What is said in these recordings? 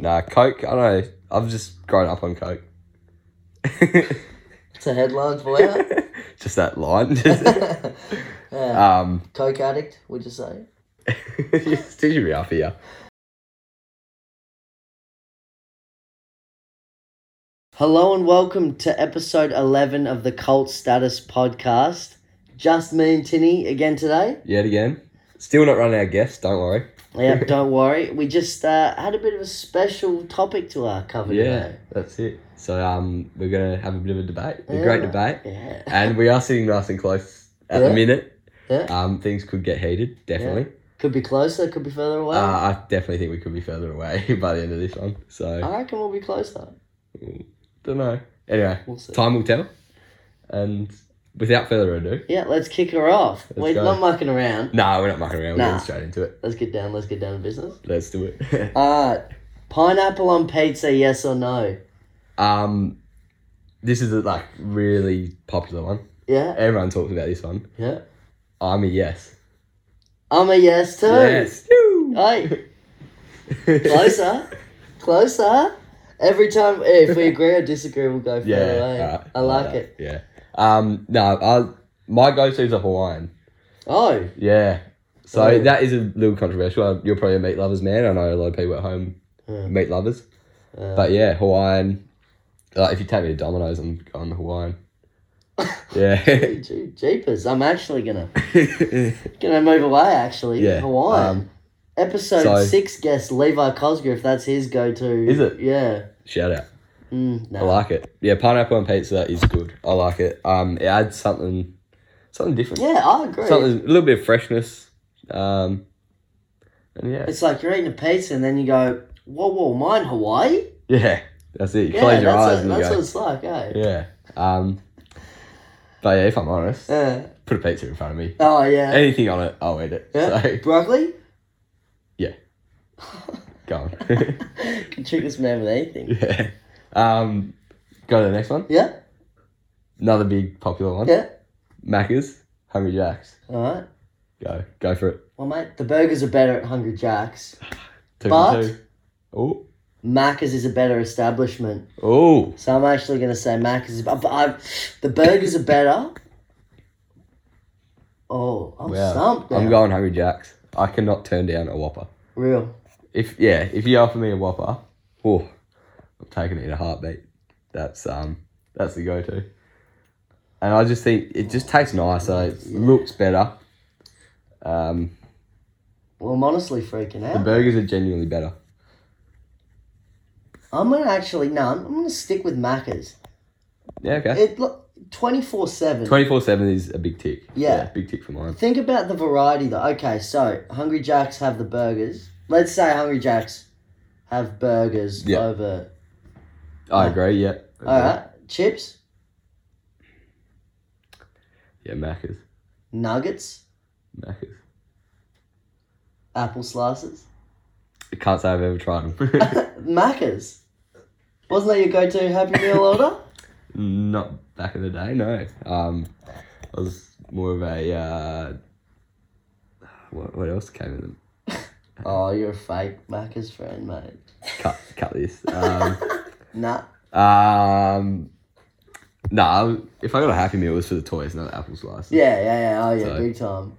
Nah, Coke. I don't know. I've just grown up on Coke. It's a headline for out. just that line. Just, yeah. um, Coke addict, would you say? it's teaching me up here. Hello and welcome to episode 11 of the Cult Status Podcast. Just me and Tinny again today. Yet again. Still not running out of guests. Don't worry. Yep, don't worry. We just uh, had a bit of a special topic to our cover today. that's it. So um, we're gonna have a bit of a debate. A great Yeah. debate. Yeah. and we are sitting nice and close at the Yeah. minute. Yeah. Um, things could get heated, definitely. Could be closer, could be further away. Uh, I definitely think we could be further away by the end of this one. So I reckon we'll be closer. don't know. Anyway, We'll see. time will tell. And without further ado, Yeah, let's kick her off. Let's We're go. not mucking around. no, we're not mucking around. We're Nah. getting straight into it. Let's get down, let's get down to business. Let's do it. Uh, pineapple on pizza, yes or no? um, this is a like really popular one. Yeah, Everyone talks about this one. yeah. I'm a yes. I'm a yes too. Yes. Woo! Hey, Oh, closer, closer. Every time, if we agree or disagree, we'll go further Yeah, away. alright, I like that. it. Yeah. Um, no, I, my go tos are Hawaiian. Oh, Yeah. So Oh. that is a little controversial. Uh, You're probably a meat lovers man. I know a lot of people at home Yeah. meat lovers. Yeah. But yeah, Hawaiian. Like if you take me to Domino's, I'm going to Hawaiian. Yeah. gee, gee, uh, jeepers! I'm actually gonna gonna move away. Actually, Yeah, Hawaiian. um, Episode so- six guest Levi Cosgrove. That's his go-to. Is it? Yeah. Shout out. Mm, I no. like it. Yeah, pineapple and pizza is good. I like it. Um, it adds something, something different. Yeah, I agree. Something a little bit of freshness. Um, and yeah, It's like you're eating a pizza and then you go, "Whoa, whoa, mine Hawaii." yeah, that's it. You Yeah, close your that's, eyes what, and you that's go. what it's like. Eh? Yeah. Um, but yeah, if I'm honest, Uh, put a pizza in front of me. oh yeah. Anything on it, I'll eat it. Yeah. So, Broccoli? go on. Can trick this man with anything. yeah. Um, go to the next one. Yeah? Another big popular one. Yeah? Macca's, Hungry Jacks. Alright. Go, go for it. Well, mate, the burgers are better at Hungry Jack's. Two for But- two. Oh, Macca's is a better establishment. oh, So I'm actually going to say Macca's is... But I, the burgers are better. Oh, I'm Wow. stumped now. I'm going Hungry Jacks. I cannot turn down a Whopper. Real. If yeah, if you offer me a Whopper, oh, I'm taking it in a heartbeat. That's um, that's the go-to. And I just think it just tastes nicer. It looks better. Um, Well, I'm honestly freaking the out. burgers are genuinely better. I'm going to actually... No, I'm, I'm going to stick with Macca's. Yeah, okay. It look 24-7. Twenty four seven is a big tick. Yeah. big tick for mine. Think about the variety though. Okay, so Hungry Jacks have the burgers. Let's say Hungry Jacks have burgers Yeah. over. I agree. Yeah. All right, chips, Yeah, Macca's, nuggets, Macca's. apple slices, I can't say I've ever tried them. Macca's. Wasn't that your go-to Happy Meal order? Not back in the day. No. Um, I was more of a uh, what, what else came in them? Oh, you're a fake Macca's friend, mate. cut cut this. Um, Nah. um, nah, if I got a Happy Meal, it was for the toys, not the apple slices. Yeah, yeah, yeah. Oh, yeah, So- big time.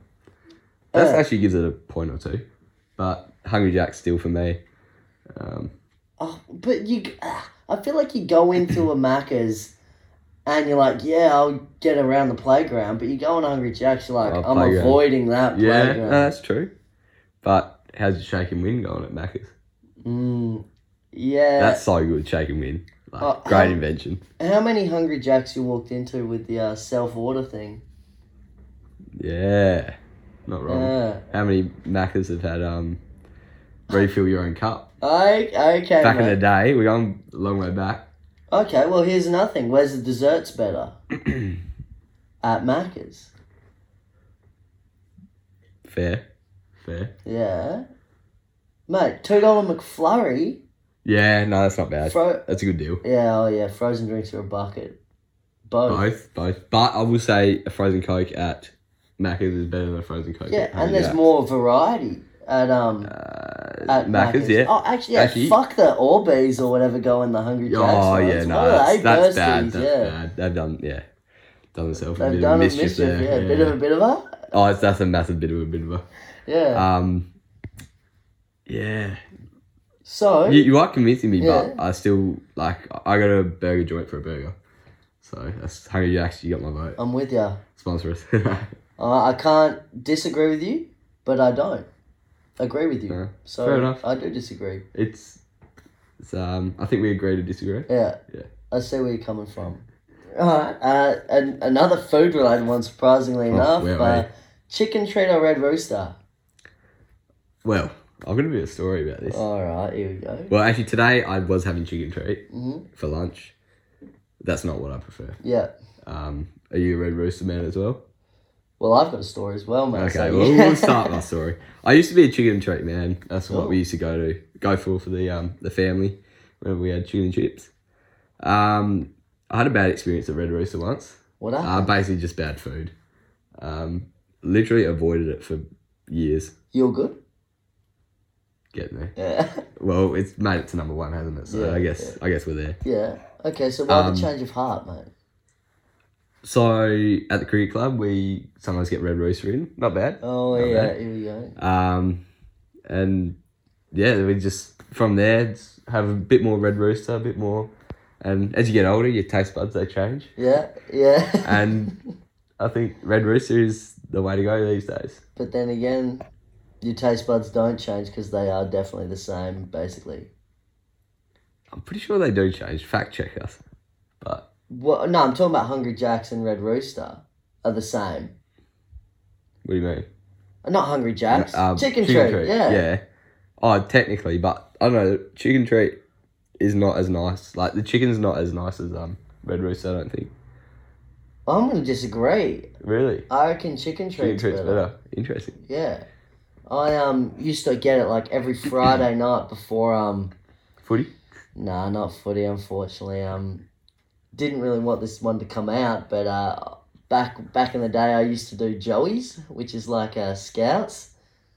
Uh, that Yeah. actually gives it a point or two. But Hungry Jack's still for me. Um, Oh, but you, ah, I feel like you go into a Macca's and you're like, yeah, I'll get around the playground. But you go on Hungry Jack's, you're like, Oh, I'm playground. avoiding that yeah, no, playground. that's true. But how's your shake and win going at Macca's? Mm, yeah. That's so good, shake and win. Like, Oh, great um, invention. How many Hungry Jacks you walked into with the uh, self order thing? Yeah, not wrong. Yeah. How many Macca's have had um, refill your own cup? I, okay. Back in the mate. day, we're going a long way back. Okay, well, here's another thing. Where's the desserts better? At Macca's. Fair, fair. Yeah. Mate, $2 McFlurry. Yeah, no, that's not bad. Fro- That's a good deal. yeah, oh, yeah. Frozen drinks are a bucket. Both. Both, both. But I will say a frozen coke at Macca's is better than a frozen coke. Yeah, at Hungry and there's Jack's. more variety. at um Uh, at Macca's, yeah. Oh, actually, yeah, Actually- fuck the Orbeez or whatever go in the Hungry Jacks. Oh ones. yeah, What no, are that's, they? that's Bursies, bad. That's yeah. bad. They've done yeah, done themselves a They've bit done of a mischief, mischief, there. yeah, bit of a bit of a, Oh, it's, that's a massive bit of a bit of a. yeah. Um, yeah, so you, you are convincing me, Yeah. but I still like I got a burger joint for a burger, so that's how you actually got my vote. I'm with you. Sponsor us. Uh, I can't disagree with you, but I don't agree with you. No, so fair enough. I do disagree. it's, it's um. I think we agree to disagree. Yeah. Yeah. I see where you're coming from. Alright, uh, and another food related one, surprisingly Oh, enough, where are uh, chicken Cheeto Red Rooster. Well, I'm gonna be a story about Oh. this. Alright, here we go. Well, actually, today I was having chicken treat hmm for lunch. That's not what I prefer. Yeah. Um, are you a red rooster man as well? Well, I've got a story as well, mate. Okay, so- well, we'll start with our story. I used to be a chicken and treat man. That's what Cool. we used to go to go for for the um the family whenever we had chicken and chips. Um, I had a bad experience at Red Rooster once. What Uh, happened? basically just bad food. Um, literally avoided it for years. You're good? Getting there. Yeah. Well, it's made it to number one, hasn't it? So Yeah, I guess I guess we're there. yeah. Okay, so why Um, the change of heart, mate? So at the cricket club, we sometimes get Red Rooster in. Not bad. Oh, not yeah, bad. here we go. Um, and yeah, we just from there just have a bit more red rooster, a bit more. And as you get older, your taste buds they change. Yeah, yeah. And I think red rooster is the way to go these days. But then again, your taste buds don't change because they are definitely the same, basically. I'm pretty sure they do change. Fact check us. But Well, no, I'm talking about Hungry Jacks and Red Rooster are the same. Uh, what do you mean? Not Hungry Jacks, Um, uh, Chicken, Treat. Yeah. Yeah. Oh, technically, but I don't know. Chicken treat is not as nice. Like the chicken's not as nice as um red rooster. I don't think. I'm gonna disagree. Really. I reckon Chicken Chicken Treat's, treat's better. better. Interesting. Yeah, I um used to get it like every Friday night before um Footy. Nah, not footy, unfortunately. Um, didn't really want this one to come out, but uh, back back in the day, I used to do Joey's, which is like uh, Scouts.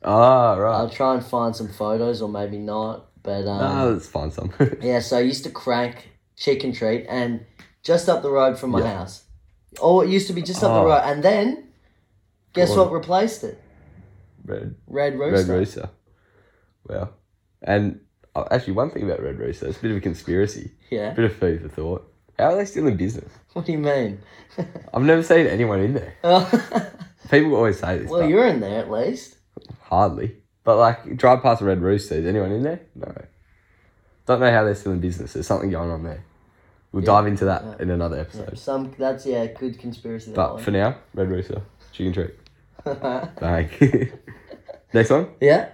Ah, right. I'll try and find some photos, or maybe not. But Ah, um, let's find some. yeah, so I used to crank chicken treat, and just up the road from my Yeah. house. Oh, it used to be just up Oh. the road, and then guess Go on. what replaced it? Red, Red Red Rooster. Rooster. Wow. And uh, actually, one thing about Red Rooster, it's a bit of a conspiracy, a Yeah. bit of food for thought. How are they still in business? What do you mean? I've never seen anyone in there. well, People always say this, but you're in there at least. hardly. But like, drive past a Red Rooster, is anyone in there? No. Don't know how they're still in business. There's something going on there. We'll Yeah. dive into that Yeah. in another Yeah, episode. some that's yeah, good conspiracy. that But one. for now, Red Rooster, chicken treat. Bang. Next one, yeah.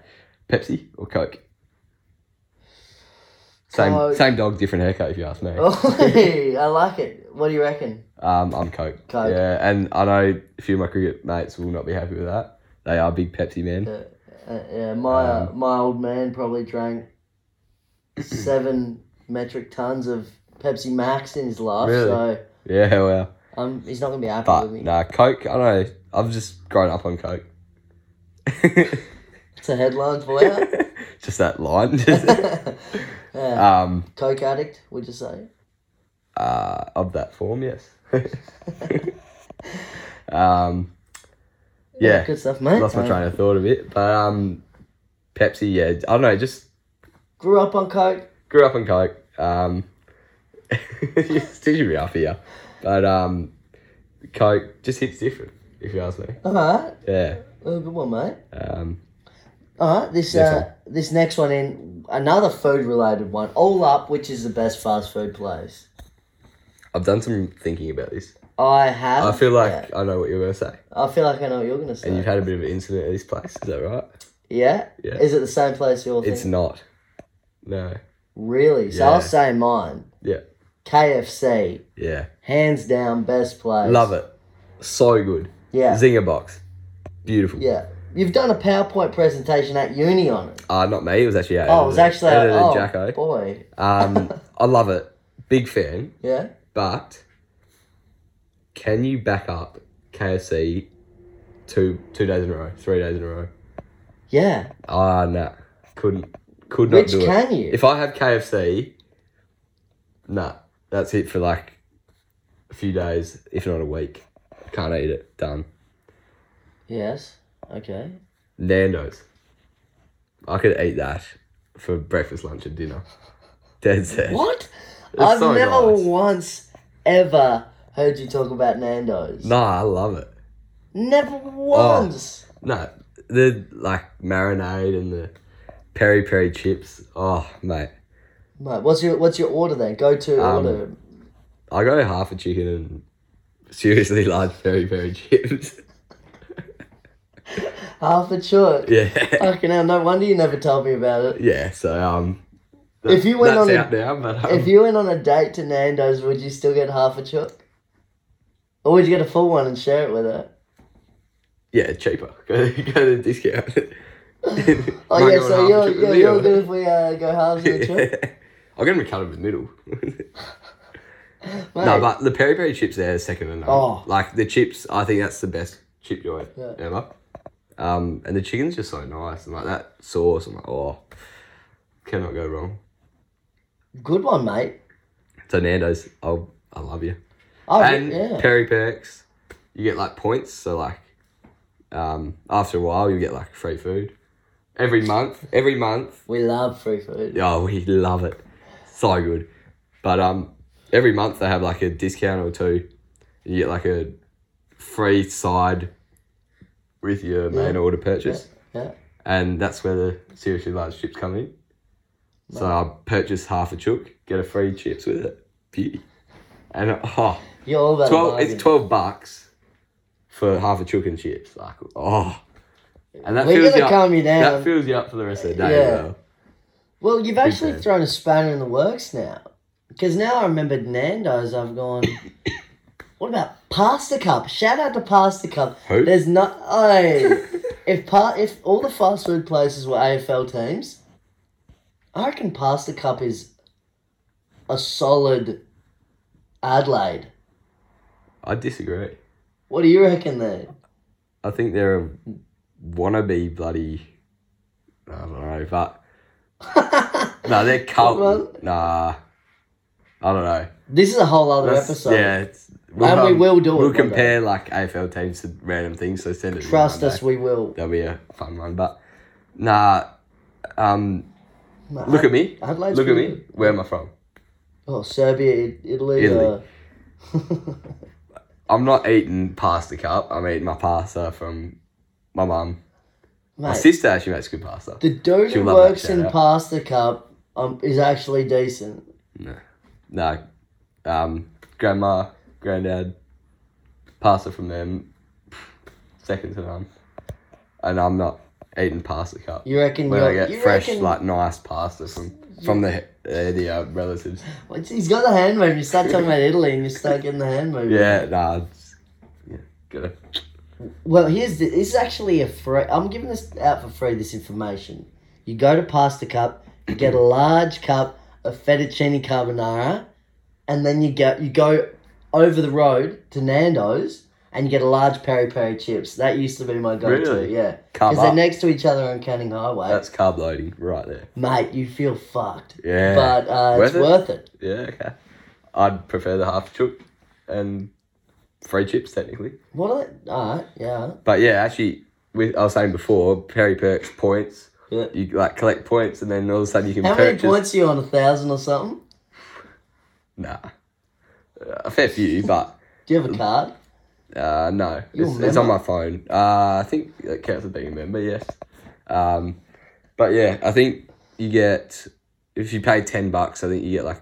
Pepsi or Coke? Same, Coke. same dog, different haircut. If you ask me, Oh, hey, I like it. What do you reckon? um, I'm Coke. Coke. Yeah, and I know a few of my cricket mates will not be happy with that. They are big Pepsi men. Uh, uh, yeah, my uh, Um, my old man probably drank seven metric tons of Pepsi Max in his life, Really? so Yeah, well, um, he's not gonna be happy but with me. nah, Coke. I know. I've just grown up on Coke. To headlines for out. just that line. Just, yeah. um, Coke addict, would you say? uh, of that form, yes. um, yeah. good stuff, mate. Lost my Um, train of thought a bit, but um, Pepsi. Yeah, I don't know. Just Grew up on Coke. grew up on coke. Um, it's teaching me up here, but um, coke just hits different. If you ask me, All right, yeah. uh, good one, mate. Um, All right, this Next uh, this next one in another food related one. All up, which is the best fast food place? I've done some thinking about this. I have. I feel yeah. like I know what you're gonna say, I feel like I know what you're gonna say. and you've had a bit of an incident at this place. Is that right? yeah? Yeah. Is it the same place you're It's thinking? not. No. really? So Yeah. I'll say mine. Yeah. KFC, Yeah. hands down, best place. Love it. So good. Yeah. Zinger box. Beautiful. yeah. You've done a PowerPoint presentation at uni on it. Uh, not me. It was actually. Oh, it was actually edited oh, Jacko. boy. Um, I love it. Big fan. Yeah. But can you back up KFC two two days in a row, three days in a row? Yeah. Ah, no. Nah. Couldn't. Could not Which do it. can you? If I have KFC, nah, that's it for like a few days, if not a week. Can't eat it. Done. yes. Okay. Nando's. I could eat that for breakfast, lunch, and dinner. Dead set. What? It's I've so never nice. once ever heard you talk about Nando's. Nah, I love it. Never Oh. once. No, the like marinade and the peri peri chips. Oh, mate. Mate, what's your what's your order then? Go to Um, order. I got half a chicken and seriously large peri peri chips. Half a church. yeah. Fucking hell, no wonder you never told me about it. Yeah, so um If you went that's on a- out now, but um, If you went on a date to Nando's, would you still get half a church? Or would you get a full one and share it with her? yeah, cheaper. Go, go to discount. oh Oh yeah, so you're, yeah, you're good if we uh, go halves of the church? I'll get him a cut of the middle. Mate, No, but the peri peri chips there is second to none. Oh. Like the chips, I think that's the best chip joint Yeah. ever. Um, and the chicken's just so nice and like that sauce. I'm like, oh, cannot go wrong. good one, mate. So Nando's, I'll, I love you. Oh and yeah. peri perks, you get like points. So like, um, after a while, you get like free food every month. Every month, we love free food. Oh, we love it. So good. But um, every month they have like a discount or two. You get like a free side with your main Yeah. order purchase. Yeah. And that's where the seriously large chips come in. So I purchase half a chook, get a free chips with it. Beauty. And oh, You're all about 12, bargain. it's 12 bucks for half a chook and chips. Like, oh. And that We're fills you gonna up. calm you down. That fills you up for the rest of the day. as Yeah. well. Well, you've actually fan. thrown a spanner in the works now. Because now I remembered Nando's, I've gone, what about Pasta Cup? Shout out to Pasta Cup. Who? There's not. Hey, if, pa- if all the fast food places were AFL teams, I reckon Pasta Cup is a solid Adelaide. I disagree. What do you reckon there? I think they're a wannabe bloody. I don't know, but no, they're Carlton. Nah, I don't know. this is a whole other That's- episode. yeah, it's, we'll, And we will do it We'll one day. compare like AFL teams to random things. So send it. in Trust one us, day. we will. That'll be a fun one, but nah. Um, Mate, look at me. Adelaide's Look at pretty me. Where am I from? Oh, Serbia, Italy. Italy. Uh, I'm not eating pasta cup. I'm eating my pasta from my mum. My Mate, sister actually makes good pasta. the dude who She'll love that works in shout-out. Pasta Cup um, is actually decent. No. No. Um, grandma, granddad, pasta from them, second to none. And I'm not eating pasta cup. You reckon? When you're- I you get fresh, reckon, like nice pasta from from the uh, the uh, relatives. What's- he's got the hand move. You start talking about Italy, and you start getting the hand move. Yeah, nah, it's, yeah, gotta Well, here's the, this is actually a free. I'm giving this out for free. This information. You go to Pasta Cup, you get a large cup of fettuccine carbonara, and then you go you go over the road to Nando's and you get a large peri peri chips. That used to be my go to. Really? Yeah, carb because they're up. next to each other on Canning Highway. That's carb loading right there. Mate, you feel fucked. Yeah. But uh, it's Worth worth it. yeah, okay. I'd prefer the half chook and free chips technically. What are they? Alright, yeah. But yeah, actually, with I was saying before, Perry Perks points. Yeah. You like collect points, and then all of a sudden you can How many purchase. points are you on? A thousand or something? Nah, Uh, a fair few, but Do you Mm. have a card? uh, no, You're a it's, it's on my member? phone. Uh, I think that counts as being a member. Yes, um, but yeah, I think you get if you pay ten bucks, I think you get like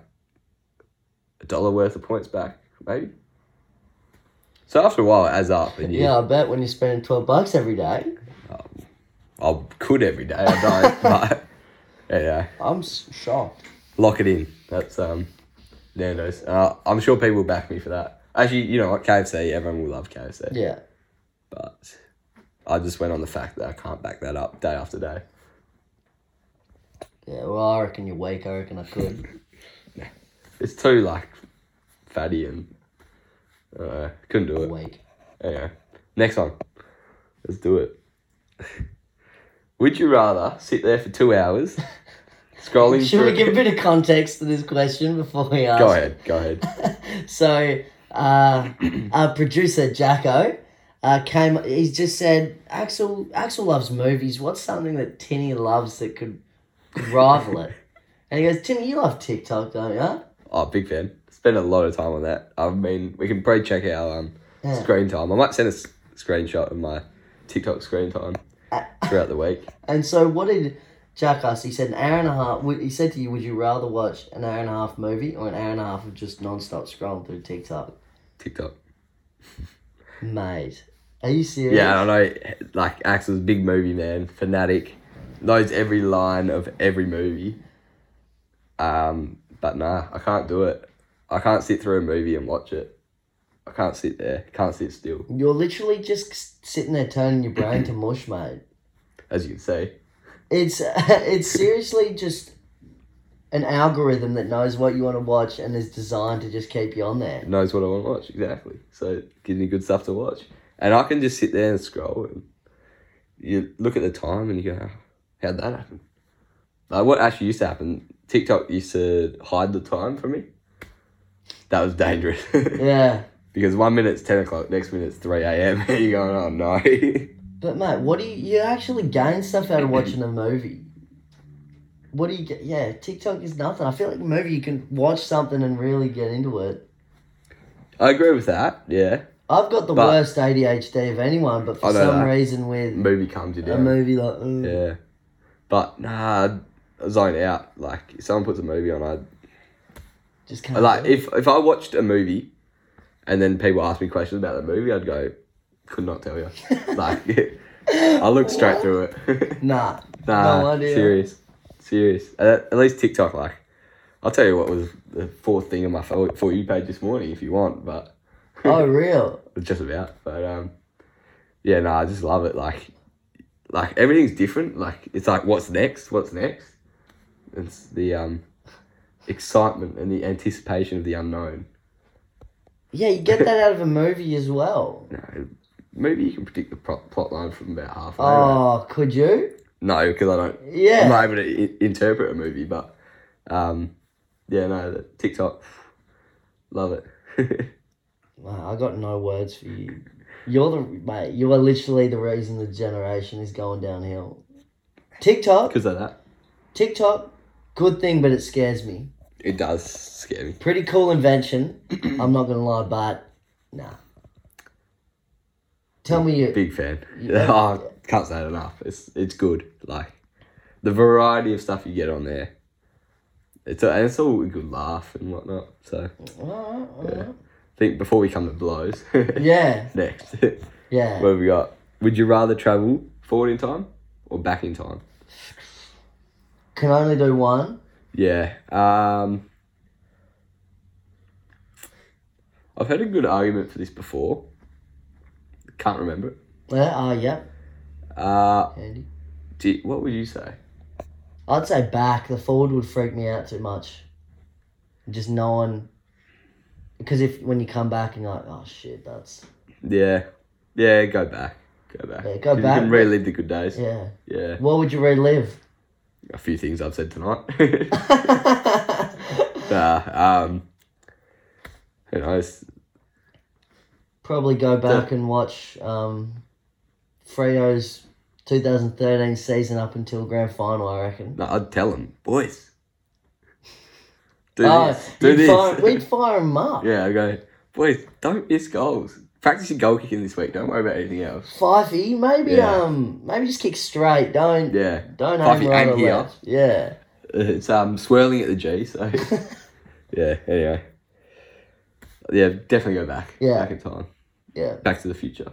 a dollar worth of points back, maybe. So after a while, it adds up, and you, Yeah. I bet when you're spending 12 bucks every day. I could every day. I don't, but yeah. I'm s- shocked. lock it in. That's um, Nando's. Uh, I'm sure people will back me for that. Actually, you know what? KFC, everyone will love KFC. Yeah. But I just went on the fact that I can't back that up day after day. Yeah, well, I reckon you're weak. I reckon I could. It's too, like, fatty and. Uh, couldn't do it. weak. Anyway, next one. Let's do it. Would you rather sit there for two hours scrolling Should through? we give a bit of context to this question before we ask? go ahead, go ahead. so uh, our producer Jacko uh, came. He's just said Axel. Axel loves movies. What's something that Tinny loves that could rival it? And he goes, Tinny, you love TikTok, don't you? Oh, big fan. Spend a lot of time on that. I mean, we can probably check our um, Yeah. screen time. I might send a s- screenshot of my TikTok screen time throughout the week. And so what did Jack ask? He said an hour and a half. would- He said to you, would you rather watch an hour and a half movie or an hour and a half of just non-stop scrolling through TikTok? TikTok. Mate, are you serious? Yeah, I know. Like Axel's big movie man, fanatic, knows every line of every movie. Um, but nah, I can't do it. I can't sit through a movie and watch it. I can't sit there. Can't sit still, You're literally just s- sitting there turning your brain to mush, mate. as you can see. It's it's seriously just an algorithm that knows what you want to watch and is designed to just keep you on there. Knows what I want to watch exactly. So it gives me good stuff to watch, and I can just sit there and scroll. And you look at the time and you go, "How'd that happen?" Like what actually used to happen? TikTok used to hide the time from me. That was dangerous. Yeah. Because one minute's 10 o'clock, next minute's 3 a.m. and you're going, oh no. But mate, what do you you actually gain stuff out of watching a movie? What do you get? Yeah, TikTok is nothing. I feel like a movie you can watch something and really get into it. I agree with that, yeah. I've got the But- worst ADHD of anyone, but I for know some that. reason with Movie comes you a down. movie like mm, Yeah. But nah, I zone out. Like, if someone puts a movie on, I'd. just can't. Like, do it. if, if I watched a movie and then people asked me questions about the movie, I'd go, could not tell you. like, I looked straight What? through it. Nah, Nah, No idea. serious, serious. At, at least TikTok, like, I'll tell you what was the fourth thing on my for for you page this morning if you want, but oh real. just about. But um, yeah, no, I just love it. Like, like everything's different. Like, it's like, what's next? What's next? It's the um, excitement and the anticipation of the unknown. Yeah, you get that out of a movie as well. No, maybe you can predict the pro- plot line from about halfway. right? Oh, could you? No, because I don't Yeah. I'm not able to I- interpret a movie, but um, yeah, no, the TikTok, love it. Wow, I got no words for you. You're the mate. You are literally the reason the generation is going downhill. TikTok, Because of that, TikTok, good thing, but it scares me. it does scare me. Pretty cool invention. I'm not gonna lie, but nah. Tell me you. Big fan. Yeah. Oh, I can't say it enough. It's it's good. Like the variety of stuff you get on there. It's a, and it's all a good laugh and whatnot. So I Alright, alright. think before we come to blows, uh, Yeah, next, yeah. what have we got? Would you rather travel forward in time or back in time? Can only do one. Yeah. Um, I've heard a good argument for this before. Can't remember it. Yeah. Oh, yeah. Uh, Handy. do what would you say? I'd say back. The forward would freak me out too much. Just knowing. Because if when you come back and you're like, oh shit, that's Yeah. Yeah, go back. Go back. Yeah, go 'Cause You back. can relive the good days. Yeah. yeah. What would you relive? A few things I've said tonight. nah, um, who knows? Probably go back and watch um, Fredo's 2013 season up until grand final. I reckon. No, I'd tell them, boys. Do Oh, this. Do you'd this. Fire, we'd fire him up. Yeah, I go, boys, don't miss goals. Practice your goal kicking this week. Don't worry about anything else. Fifey, maybe Yeah. um, maybe just kick straight. Don't Yeah, don't Fifey aim right and or here. left. Yeah. it's um swirling at the G. So yeah. Anyway, yeah, definitely go back. Yeah. back in time. Yeah. Back to the Future.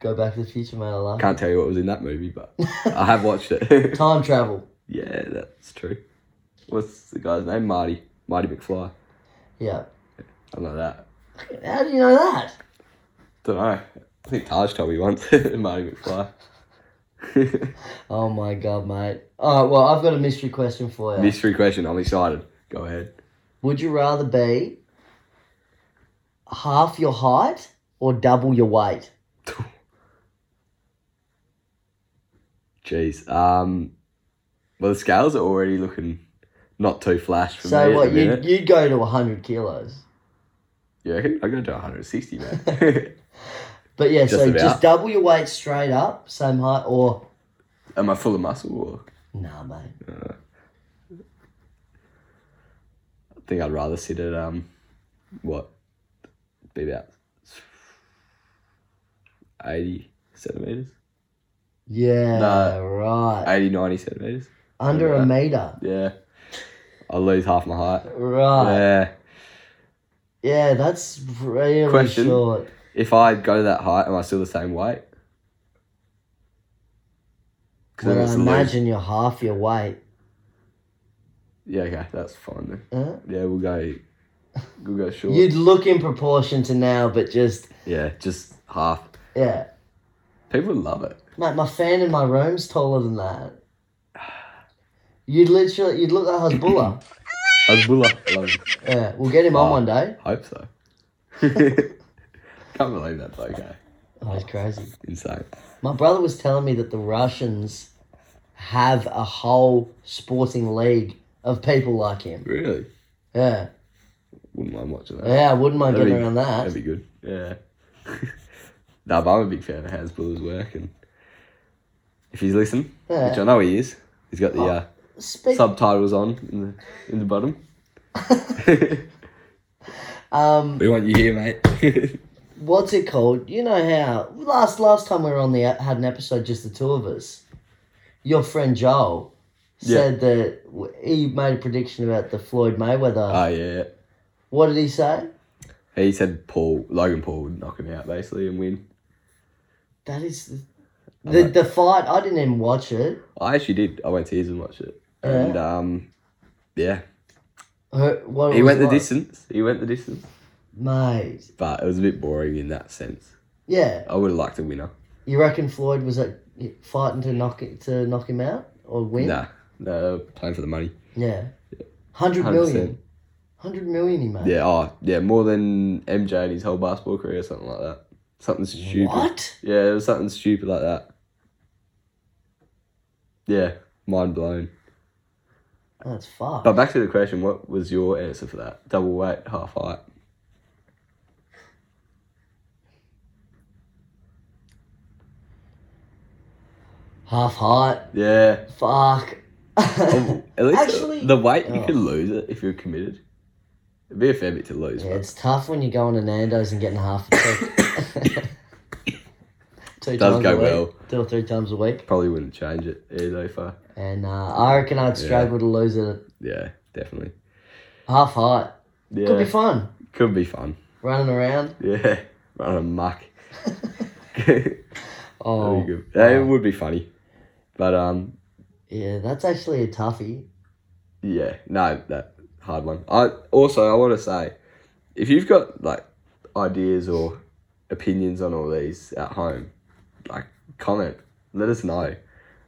Go back to the future, mate. I love it. Can't tell you what was in that movie, but I have watched it. Time travel. yeah, that's true. What's the guy's name? Marty. Marty McFly. Yeah. I know that. How do you know that? Don't know. I think Taj told me once. Marty McFly. Oh my god, mate. Alright, well, I've got a mystery question for you. Mystery question. I'm excited. Go ahead. Would you rather be half your height or double your weight? Jeez. Um, well, the scales are already looking not too flash for So me what at the you minute. you go to hundred kilos, You reckon? I go to 160, man. but yeah, so Just just about. double your weight straight up, same height, or Am I full of muscle? Or nah, mate. I think I'd rather sit at um, what, be about 80 centimeters, Yeah, Nah. right. 80, 90 centimeters. Under a Yeah. meter, Yeah, I lose half my height. right? Yeah. Yeah, that's really Question. short. If I go to that height, am I still the same weight? Well, I it's a lose- imagine you're half your weight. Yeah, okay, that's fine then. Huh? Yeah, we'll go. We'll go short. You'd look in proportion to now, but just Yeah, just half. yeah, People love it. mate. My fan in my room's taller than that. You'd literally, you'd look like Hezbollah. Hezbollah. Love it. yeah, we'll get him on Wow. one day. Hope so. Can't believe that's okay. Oh, he's crazy. Insane. My brother was telling me that the Russians have a whole sporting league of people like him. Really? Yeah, Wouldn't mind watching that. yeah. I wouldn't mind That'd getting be- around that. That'd be good. Yeah. nah, but I'm a big fan of Hezbollah's work, and if he's listening, Yeah. which I know he is, he's got the Oh. uh, Speak- subtitles on in the in the bottom. um, we want you here, mate. what's it called? You know how last last time we were on the had an episode just the two of us. Your friend Joel Yeah. said that w- he made a prediction about the Floyd Mayweather. oh yeah. what did he say? He said Paul Logan Paul would knock him out basically and win. That is the the, like- the fight. I didn't even watch it. I actually did. I went to his and watched it. Yeah. And um yeah. Her, Oh, what it He was went the like. distance. He went the distance. mate. But it was a bit boring in that sense. Yeah. I would have liked a winner. You reckon Floyd was like fighting to knock it to knock him out or win? Nah. No, they were playing for the money. Yeah. Hundred 100%. million. Hundred million he made. Yeah, oh yeah, more than MJ and his whole basketball career or something like that. Something stupid. What? Yeah, it was something stupid like that. Yeah, mind blown. That's fucked. But back to the question, what was your answer for that? Double weight, half height. Half height. Yeah. Fuck. Oh, At least Actually- the weight you oh. can lose it if you're committed. It'd be a fair bit to lose, Yeah, but it's tough when you're going to Nando's and getting half a check. Two Does times go a week, well. Two or three times a week. probably wouldn't change it either if I And uh, I reckon I'd Yeah. struggle to lose it at yeah, definitely. half height. Yeah. Could be fun. Could be fun. Running around. Yeah. Run a muck. Oh, That'd be good. Yeah, it wow. would be funny. But um yeah, that's actually a toughie. yeah, no, that hard one. I also I wanna say, if you've got like ideas or opinions on all these at home, like comment. Let us know.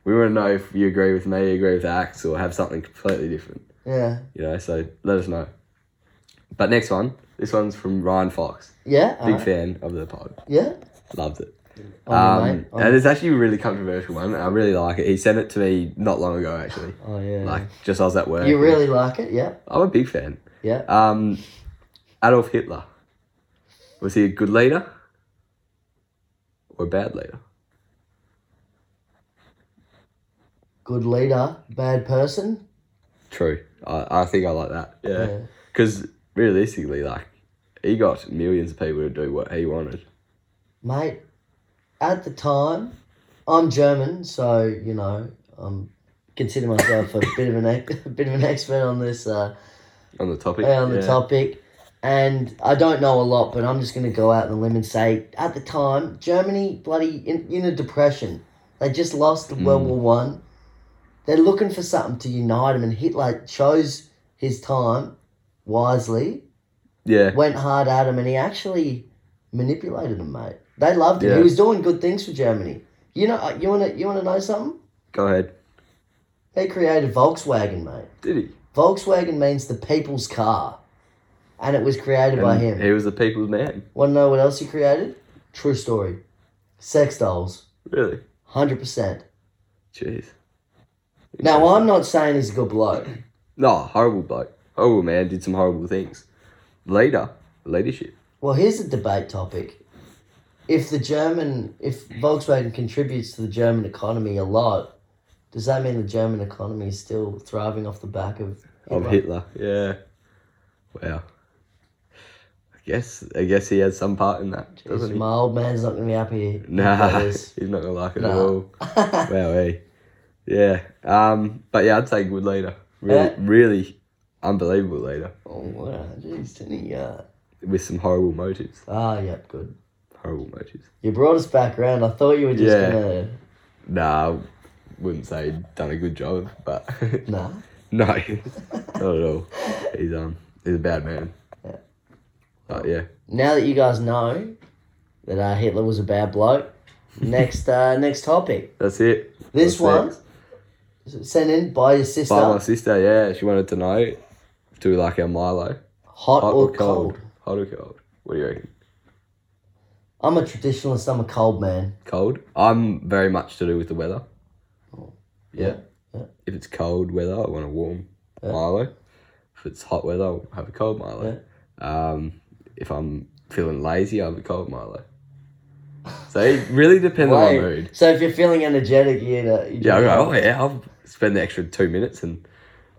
We wanna know if you agree with me, agree with Axe, or have something completely different. Yeah. You know, so let us know. But next one, this one's from Ryan Fox. Yeah. Big alright. fan of the pod. Yeah. Loved it. On the um, night- on- and it's actually a really controversial one. and I really like it. He sent it to me not long ago, actually. oh yeah. Like, just I was at work. you really like it, yeah? I'm a big fan. Yeah. Um, Adolf Hitler. Was he a good leader or a bad leader? Good leader, bad person. True. I, I think I like that. Yeah. Because realistically, like, he got millions of people to do what he wanted. Mate, at the time, I'm German, so you know, I'm consider myself a bit of an ex- a bit of an expert on this uh, On the topic. on the yeah. topic. And I don't know a lot, but I'm just going to go out on a limb and say, at the time, Germany bloody in, in a depression. They just lost World Mm. War One. They're looking for something to unite them, and Hitler chose his time wisely. Yeah. went hard at him and he actually manipulated him, mate. They loved him. Yeah. He was doing good things for Germany. You know, you wanna you wanna know something? Go ahead. They created Volkswagen, mate. Did he? Volkswagen means the people's car, and it was created by And him. He was the people's man. Want to know what else he created? True story. Sex dolls, Really? hundred percent. Jeez. Now, I'm not saying he's a good bloke. No, horrible bloke. Horrible man. Did some horrible things. Leader. Leadership. Well, here's a debate topic. If the German, if Volkswagen contributes to the German economy a lot, does that mean the German economy is still thriving off the back of Of Hitler. Yeah. Wow. I guess I guess he has some part in that, Jeez, doesn't he? my old man's not going to be happy. Nah, about he's this. not gonna like it at Nah. all. wow, hey. Yeah. Um, but yeah, I'd say good leader. Really, Yeah. really unbelievable leader oh, wow. Jeez, didn't he? Uh... with some horrible motives. Ah, yep, good. Horrible motives. You brought us back around. I thought you were just Yeah. going Nah, I wouldn't say he'd done a good job, but to. Nah. no, not at all. He's um, he's a bad man. Yeah. But yeah, Now that you guys know that uh, Hitler was a bad bloke, next uh, next topic. that's it. This one, What's sent in by your sister. By my sister, yeah, she wanted to know, do we like our Milo? hot, or cold. Hot or cold? What do you reckon? I'm a traditionalist. I'm a cold man. Cold. I'm very much to do with the weather. Oh. Yeah. Yeah, yeah. If it's cold weather, I want a warm Yeah. Milo. If it's hot weather, I'll have a cold Milo. Um, if I'm feeling lazy, I'll have a cold Milo. So it really depends on my Wait, mood. so if you're feeling energetic, you know. You Yeah, I drink go, cold. oh yeah, I'll spend the extra two minutes and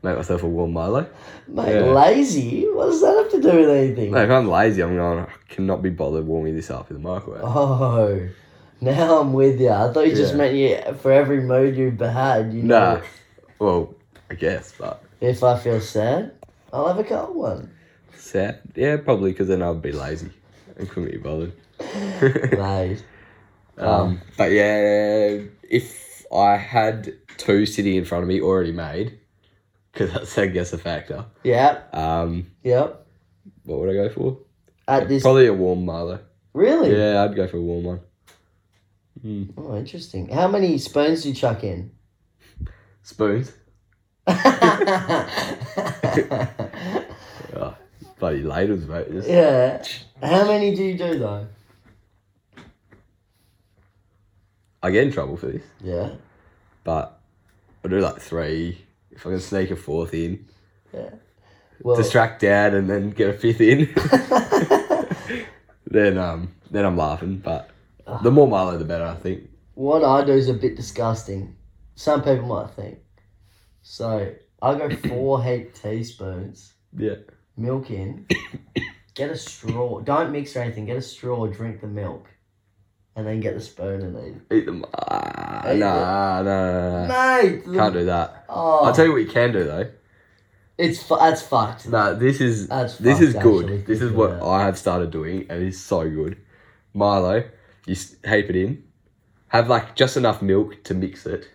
make myself a warm Milo. Mate, yeah. lazy. What does that have to do with anything? No, if I'm lazy, I'm going, I cannot be bothered warming this up in the microwave. Oh, now I'm with you. I thought you just Yeah. meant you for every mood you've had. You know, Nah. Well, I guess, but if I feel sad, I'll have a cold one. sad. Yeah, probably because then I'd be lazy and couldn't be bothered. Mate, Um, but yeah, if I had two sitting in front of me already made, because that's I guess a factor. yep, Um, yep. what would I go for? At this, Probably a warm Marlow. really? Yeah, I'd go for a warm one. Mm. Oh, interesting. How many spoons do you chuck in? Spoons, yeah. Oh, bloody ladles, mate. Just, How many do you do though? I get in trouble for this, Yeah. but I do like three. If I can sneak a fourth in, Well, distract dad, and then get a fifth in, then um, then I'm laughing. But the more Marlow, the better, I think. what I do is a bit disgusting. Some people might think. So I go four heap teaspoons Yeah. milk in. Get a straw. Don't mix or anything. Get a straw. Drink the milk, and then get the spoon and eat. Eat them. Ah, Eat nah, nah, nah, nah. Mate, the- Uh, Can't do that. Oh, I'll tell you what you can do though. it's fu- that's fucked. No, this is That's this fucked, is good. Ah, actually, This is thinking what about I have started doing, and it's so good. Milo, you s- heap it in. Have like just enough milk to mix it.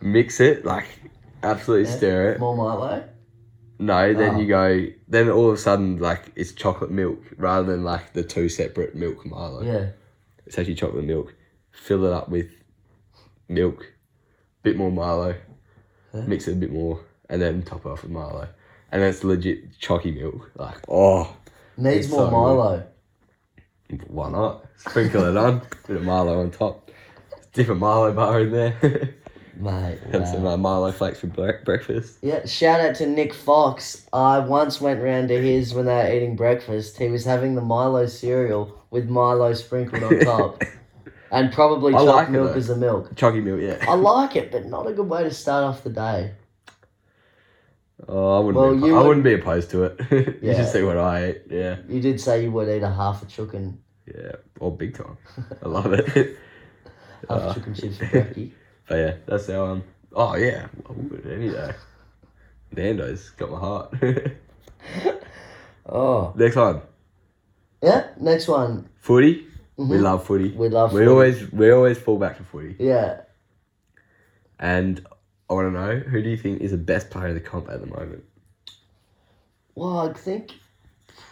Mix it like absolutely Yeah. stir it. More Milo. No, then Oh. you go. Then all of a sudden, like it's chocolate milk rather than like the two separate milk Milo. Yeah. It's actually chocolate milk. Fill it up with milk, bit more Milo, Huh? mix it a bit more, and then top it off with Milo. And that's legit chalky milk. Like, oh, Needs It's more so Milo. why not? Sprinkle it on, bit of Milo on top. Dip a Milo bar in there. Mate. Have some wow. uh, Milo flakes for bre- breakfast. Yeah, shout out to Nick Fox. I once went round to his when they were eating breakfast. He was having the Milo cereal with Milo sprinkled on top. and probably I chopped like it milk though. as the milk. Chalky milk, yeah. I like it, but not a good way to start off the day. Oh, I wouldn't, Well, be, oppo- you I would- wouldn't be opposed to it. you Yeah. should see what I ate. Yeah. You did say you would eat a half a chicken, Yeah. Or big time. I love it. half Uh, a chicken chips for brekkie. But yeah, that's our um. Oh yeah, I would any day. Nando's got my heart. Oh. Next one, Yeah, next one. footy. We Mhm. love footy. We love we footy. always we always fall back to footy. Yeah. And I want to know who do you think is the best player in the comp at the moment? Well, I think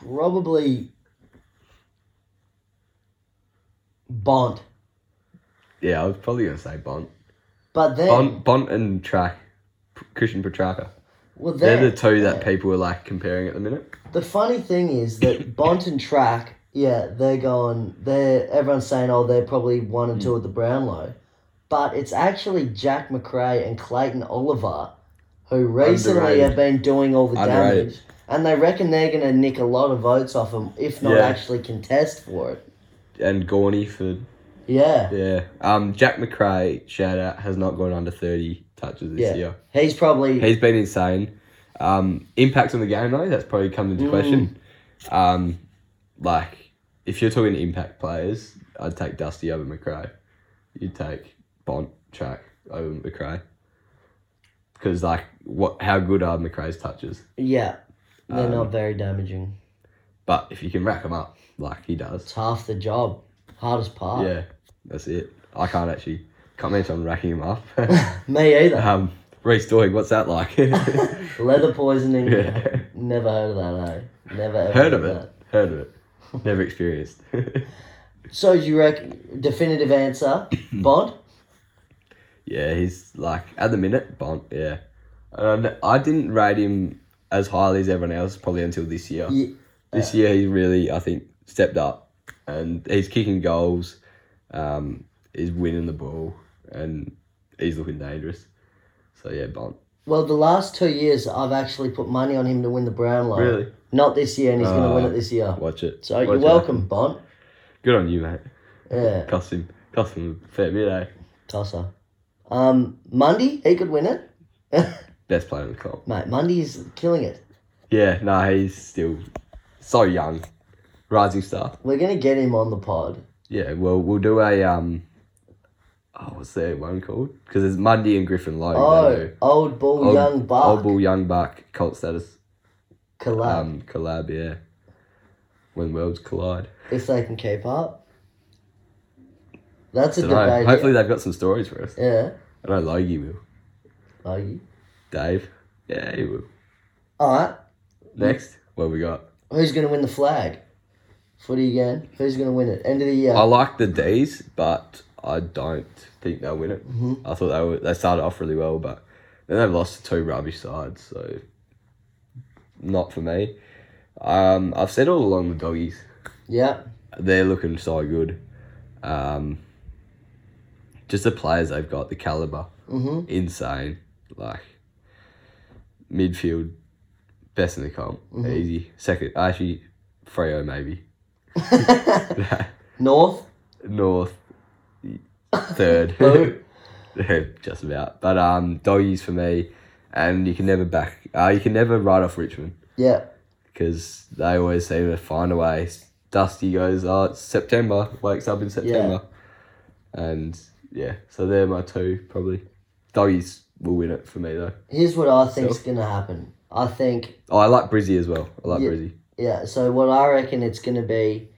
probably Bond. Yeah, I was probably gonna say Bont. But then, Bont, Bont and Track, Christian Petrarca. well, They're, then the two that people are like comparing at the minute. The funny thing is that Bont and Track, Hmm. yeah, they're going. They're everyone's saying, oh, they're probably one and two at the Brownlow, but it's actually Jack McRae and Clayton Oliver who recently Underrated. have been doing all the Underrated. damage. And they reckon they're going to nick a lot of votes off him, if not Yeah. actually contest for it. and Gorney for Yeah. yeah. Um, Jack McRae shout out has not gone under thirty touches this Yeah. year. He's probably. He's been insane. Um, impact on the game though that's probably come into Mm. question. Um, like if you're talking impact players, I'd take Dusty over McRae. You'd take Bont Track over McRae. Because like what how good are McRae's touches? yeah. They're Um, not very damaging. But if you can rack them up like he does, It's half the job. Hardest part. yeah, that's it. I can't actually comment on racking him up. Me either. um, Reece Doig, what's that like? yeah. Leather poisoning. Never heard of that, eh? Never ever Heard of it. Heard of it. Never experienced. that. So do you reckon? Definitive answer. Bod. yeah, he's like at the minute Bont. Yeah, and I didn't rate him as highly as everyone else probably until this year. Ye- This year he's really I think stepped up, and he's kicking goals. Um, he's winning the ball, and he's looking dangerous. So yeah, Bont. Well, the last two years, I've actually put money on him to win the Brownlow. Really? Not this year, and he's going to win Ah. it this year. Watch it. So Watch you're it. welcome, Bond. Good on you, mate. Yeah, Cost him, cost him a fair bit, eh? tosser. Um, Mundy, he could win it, Best player in the club. mate. Mundy's killing it. Yeah, no, he's still so young, rising star. We're going to get him on the pod. Yeah, well, we'll do a um, oh, what's that one called? Because it's Mundy and Griffin Lowe. they Oh, do. old bull, Old- young buck. Old Bull Young Buck Colt status collab. um collab. Yeah, when worlds collide. if they can keep up, that's a Dunno. debate. Hopefully they've got some stories for us. yeah. I know Logie will. Logie. Dave. Yeah, he will. All right. Next, what have we got? Who's going to win the flag? Footy again. Who's going to win it? End of the year. I like the D's, but I don't think they'll win it. Mhm. I thought they were they started off really well, but then they've lost to two rubbish sides, so not for me. Um, I've said all along the doggies, yeah. they're looking so good. Um, just the players they've got, the caliber, hmm insane. Like midfield, best in the comp, Mhm. easy. Second, actually, Freo maybe. Mm-hmm. North. North, third. Blue. Just about. But um, doggies for me, and you can never back. Uh, you can never write off Richmond Yeah. because they always seem to find a way. Dusty goes, oh, it's September, wakes up in September, and yeah. So they're my two probably. Doggies will win it for me though. Here's what I think's So- going to happen. I think. Oh, I like Brizzy as well. I like Yeah. Brizzy. Yeah. So what I reckon it's going to be,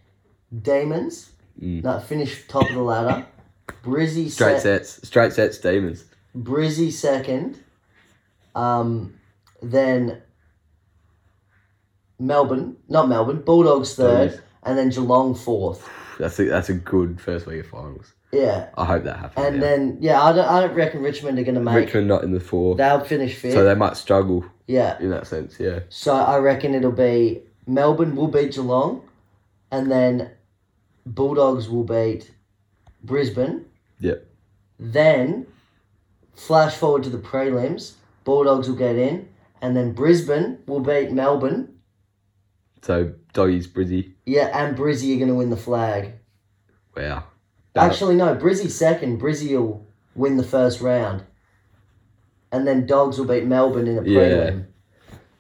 demons. Mm. No, finish top of the ladder. Brizzy Straight set, sets, straight sets, demons. Brizzy second. Um, then. Melbourne, not Melbourne. Bulldogs third, Doggies. and then Geelong fourth. That's a, that's a good first week of finals. Yeah. I hope that happens. And yeah. then yeah, I don't, I don't reckon Richmond are gonna make. Richmond not in the four, They'll finish fifth. so they might struggle yeah. in that sense. Yeah. So I reckon it'll be Melbourne will beat Geelong, and then Bulldogs will beat Brisbane. Yep. Then, flash forward to the prelims. Bulldogs will get in, and then Brisbane will beat Melbourne. So doggies, Brizzy. Yeah, and Brizzy are gonna win the flag. Wow. Actually, no. Brizzy second. Brizzy will win the first round, and then Dogs will beat Melbourne in a Yeah. prelim.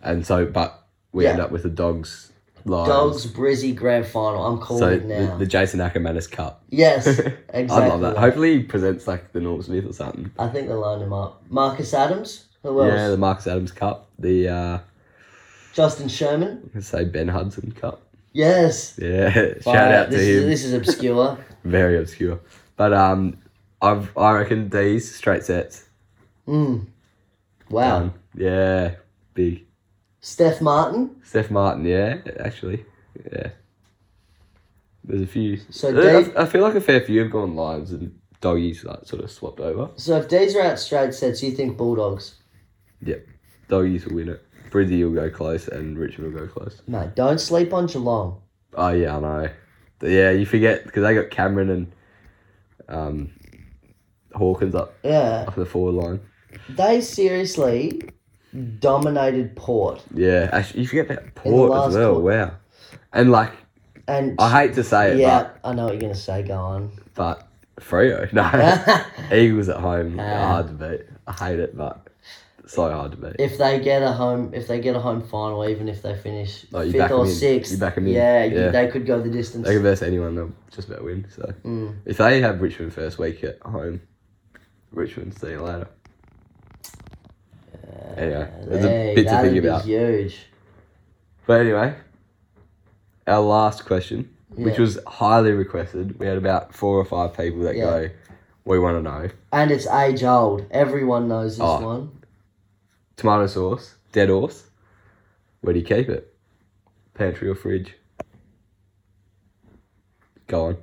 And so, but we Yeah. end up with the dogs. Lions. Dogs Brizzy grand final. I'm calling So it now. the, the Jason Ackermanis Cup. yes, exactly. I love that. Hopefully he presents like the Norm Smith or something. I think they lined him up. Marcus Adams. Who else? Yeah, the Marcus Adams Cup. The uh, Justin Sherman. let's say Ben Hudson Cup. Yes. Yeah, shout Fire. out to this is, him. This is obscure. Very obscure, but um, I've I reckon these straight sets. mm. Wow. Um, yeah, big Steph Martin. Steph Martin. Yeah, actually, yeah. There's a few. So I- Dave- I, feel like a fair few have gone lions and doggies like sort of swapped over. So if these are out straight sets, you think Bulldogs? Doggies will win it. Brizzy will go close and Richmond will go close. Mate, don't sleep on Geelong. Oh yeah, I know. But yeah, you forget because they got Cameron and um, Hawkins up, Yeah. up the forward line. They seriously dominated Port. Yeah, actually, you forget about Port as last well. quarter. Wow, and like And I hate to say it, yeah, I know what you're gonna say. Go on. but but Freo, no, Eagles at home are hard to beat. I hate it, but so hard to beat. if they get a home, if they get a home final, even if they finish Like, Oh, you back fifth 'em or in. sixth, You back 'em in. Yeah, you- Yeah. they could go the distance. They can verse anyone, they'll just about win. So Mm. if they have Richmond first week at home, Richmond see you later. Anyway, there's Hey, a bit to that'd think be about. Huge. But anyway, our last question, which Yeah. was highly requested, we had about four or five people that Yeah. go, "We want to know And it's age old. Everyone knows this Oh. one. tomato sauce, dead horse. Where do you keep it? Pantry or fridge? Go on.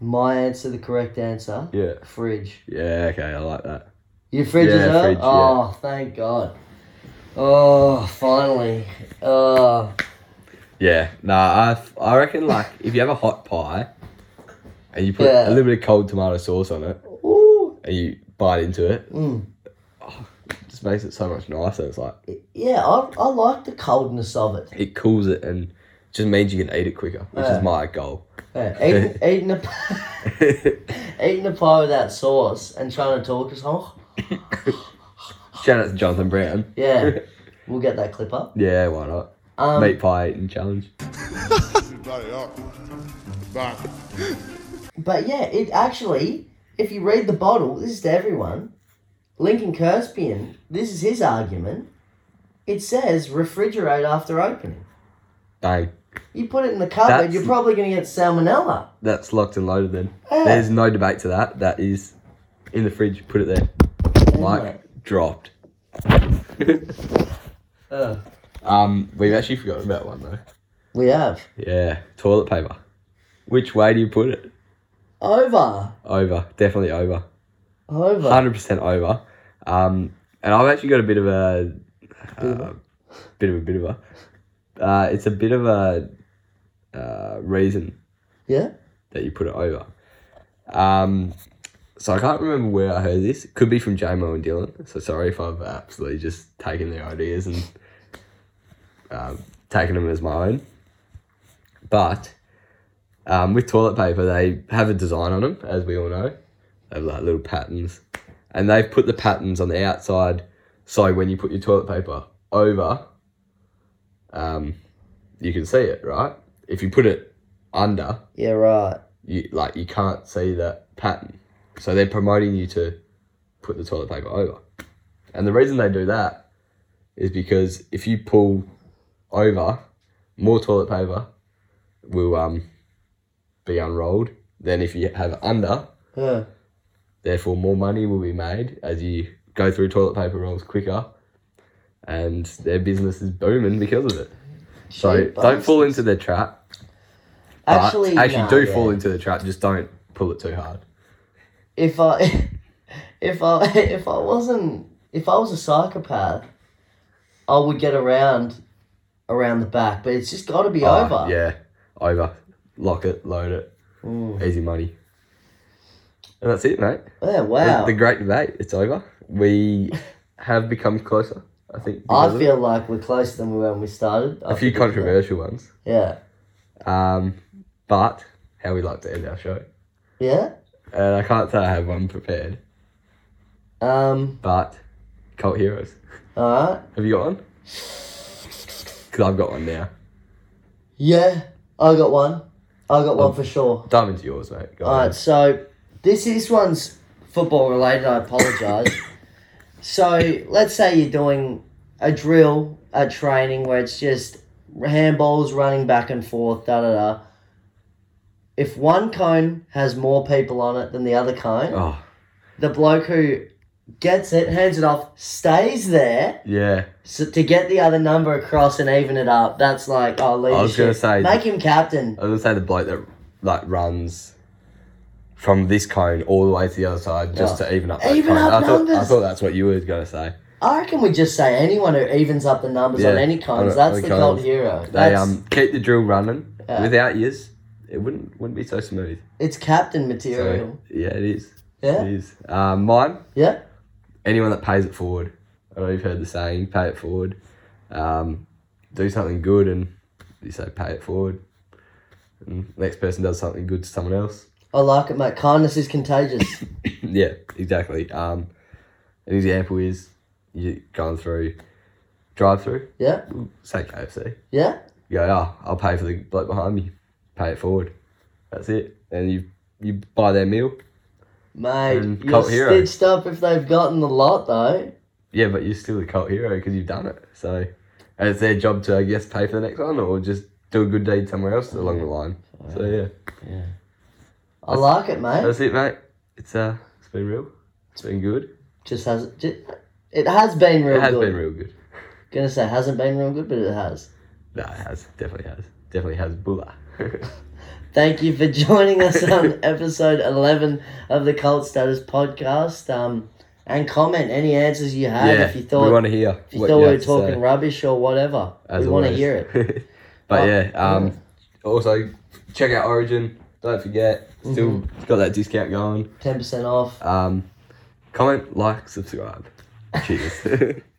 My answer, the correct answer. Yeah. Fridge. Yeah. Okay. I like that. Your fridge Yeah, is up? fridge, yeah. oh, thank God. Oh, finally. Oh, Yeah, nah, I, I reckon like if you have a hot pie and you put Yeah. a little bit of cold tomato sauce on it Ooh. and you bite into it, Mm. it just makes it so much nicer. It's like Yeah, I, I like the coldness of it. it cools it and just means you can eat it quicker, which Yeah. is my goal. Yeah, eating, eating, a, eating a pie without sauce and trying to talk is, oh, Shout out to Jonathan Brown. yeah. We'll get that clip up. Yeah, why not? Um, Meat pie eating challenge. Bloody hell. Bye. But yeah, it actually, if you read the bottle, this is to everyone. Lincoln Kirspian, this is his argument. It says refrigerate after opening. Bang. You put it in the cupboard, That's- you're probably going to get salmonella. That's locked and loaded then. Yeah. There's no debate to that. That is in the fridge, put it there. mate. Like dropped. Uh. Ugh. Um, we've actually forgotten about one though. We have. Yeah, toilet paper. Which way do you put it? Over. Over, definitely over, Over. hundred percent over. Um, and I've actually got a bit of a, uh, bit of a bit of a. Uh, it's a bit of a uh, reason Yeah? that you put it over. Um, so I can't remember where I heard this. It could be from JMO and Dylan. So sorry if I've absolutely just taken their ideas and um, taken them as my own. But um, with toilet paper, they have a design on them, as we all know. They have like little patterns, and they've put the patterns on the outside. So when you put your toilet paper over, um, you can see it, right? If you put it under, Yeah, right. you like you can't see that pattern. So they're promoting you to put the toilet paper over. And the reason they do that is because if you pull over, more toilet paper will um, be unrolled than if you have under. Yeah. Therefore, more money will be made as you go through toilet paper rolls quicker, and their business is booming because of it. So Cheap don't fall bastards. into their trap. But Actually, actually nah, do yeah. fall into the trap. Just don't pull it too hard. if I if I if I wasn't if I was a psychopath, I would get around around the back, but it's just got to be Oh, over. yeah, over. Lock it, load it. Mm. Easy money. And that's it, mate. Yeah, The- wow. The, great debate. It's over. We have become closer. I think. because I of feel like we're closer than we were when we started. it. a few controversial ones. Yeah. Um, but how we like to end our show. Yeah. And I can't say I have one prepared. Um. But cult heroes. All right. Have you got one? Because I've got one now. Yeah. I got one. I got Oh. one for sure. Dive into yours, mate. Go All on. right. So this this one's football related. I apologize. so let's say you're doing a drill at training where it's just handballs running back and forth. Da da da. If one cone has more people on it than the other cone, Oh the bloke who gets it, hands it off, stays there. yeah. So to get the other number across and even it up, that's like oh leadership. was gonna say- make him captain. I was gonna say the bloke that like runs from this cone all the way to the other side just Yeah. to even up. That Oh. Even cone. up I thought, I numbers. thought that's what you were gonna say. I reckon we just say anyone who evens up the numbers on Yeah, any on kinds, a- that's on the cones. cult hero. They That's, um keep the drill running Yeah. without years. It wouldn't wouldn't be so smooth. it's captain So, material. yeah, it is. It Yeah? is. Um, mine, Yeah? anyone that pays it forward. I know you've heard the saying, pay it forward. Um, do something good and you say pay it forward. And next person does something good to someone else. I like it, mate. Kindness is contagious. Yeah, exactly. Um, an example is you going through drive through, Yeah? say KFC. Yeah? You go, oh, I'll pay for the bloke behind me. Pay it forward. That's it. And you you buy their meal. Mate, And you're cult hero. stitched up if they've gotten the lot, though. Yeah, but you're still a cult hero because you've done it. So and it's their job to, I guess, pay for the next one or just do a good deed somewhere else along the line. So yeah, I like it, mate. that's it, mate. It's uh, it's been real. It's been good. Just has just, it has been real It has good. been real good. Gonna say hasn't been real good, but it has. No, it has. Definitely has. Definitely has. Bulla. Thank you for joining us on episode eleven of the Cult Status podcast. Um, and comment any answers you had yeah, if you thought we want to hear. if you what thought you we have were to talking say. rubbish or whatever. as we want to always. hear it. but Oh, yeah, um, also check out Origin. Don't forget, still Mm-hmm. got that discount going. Ten percent off. Um, comment, like, subscribe. Cheers.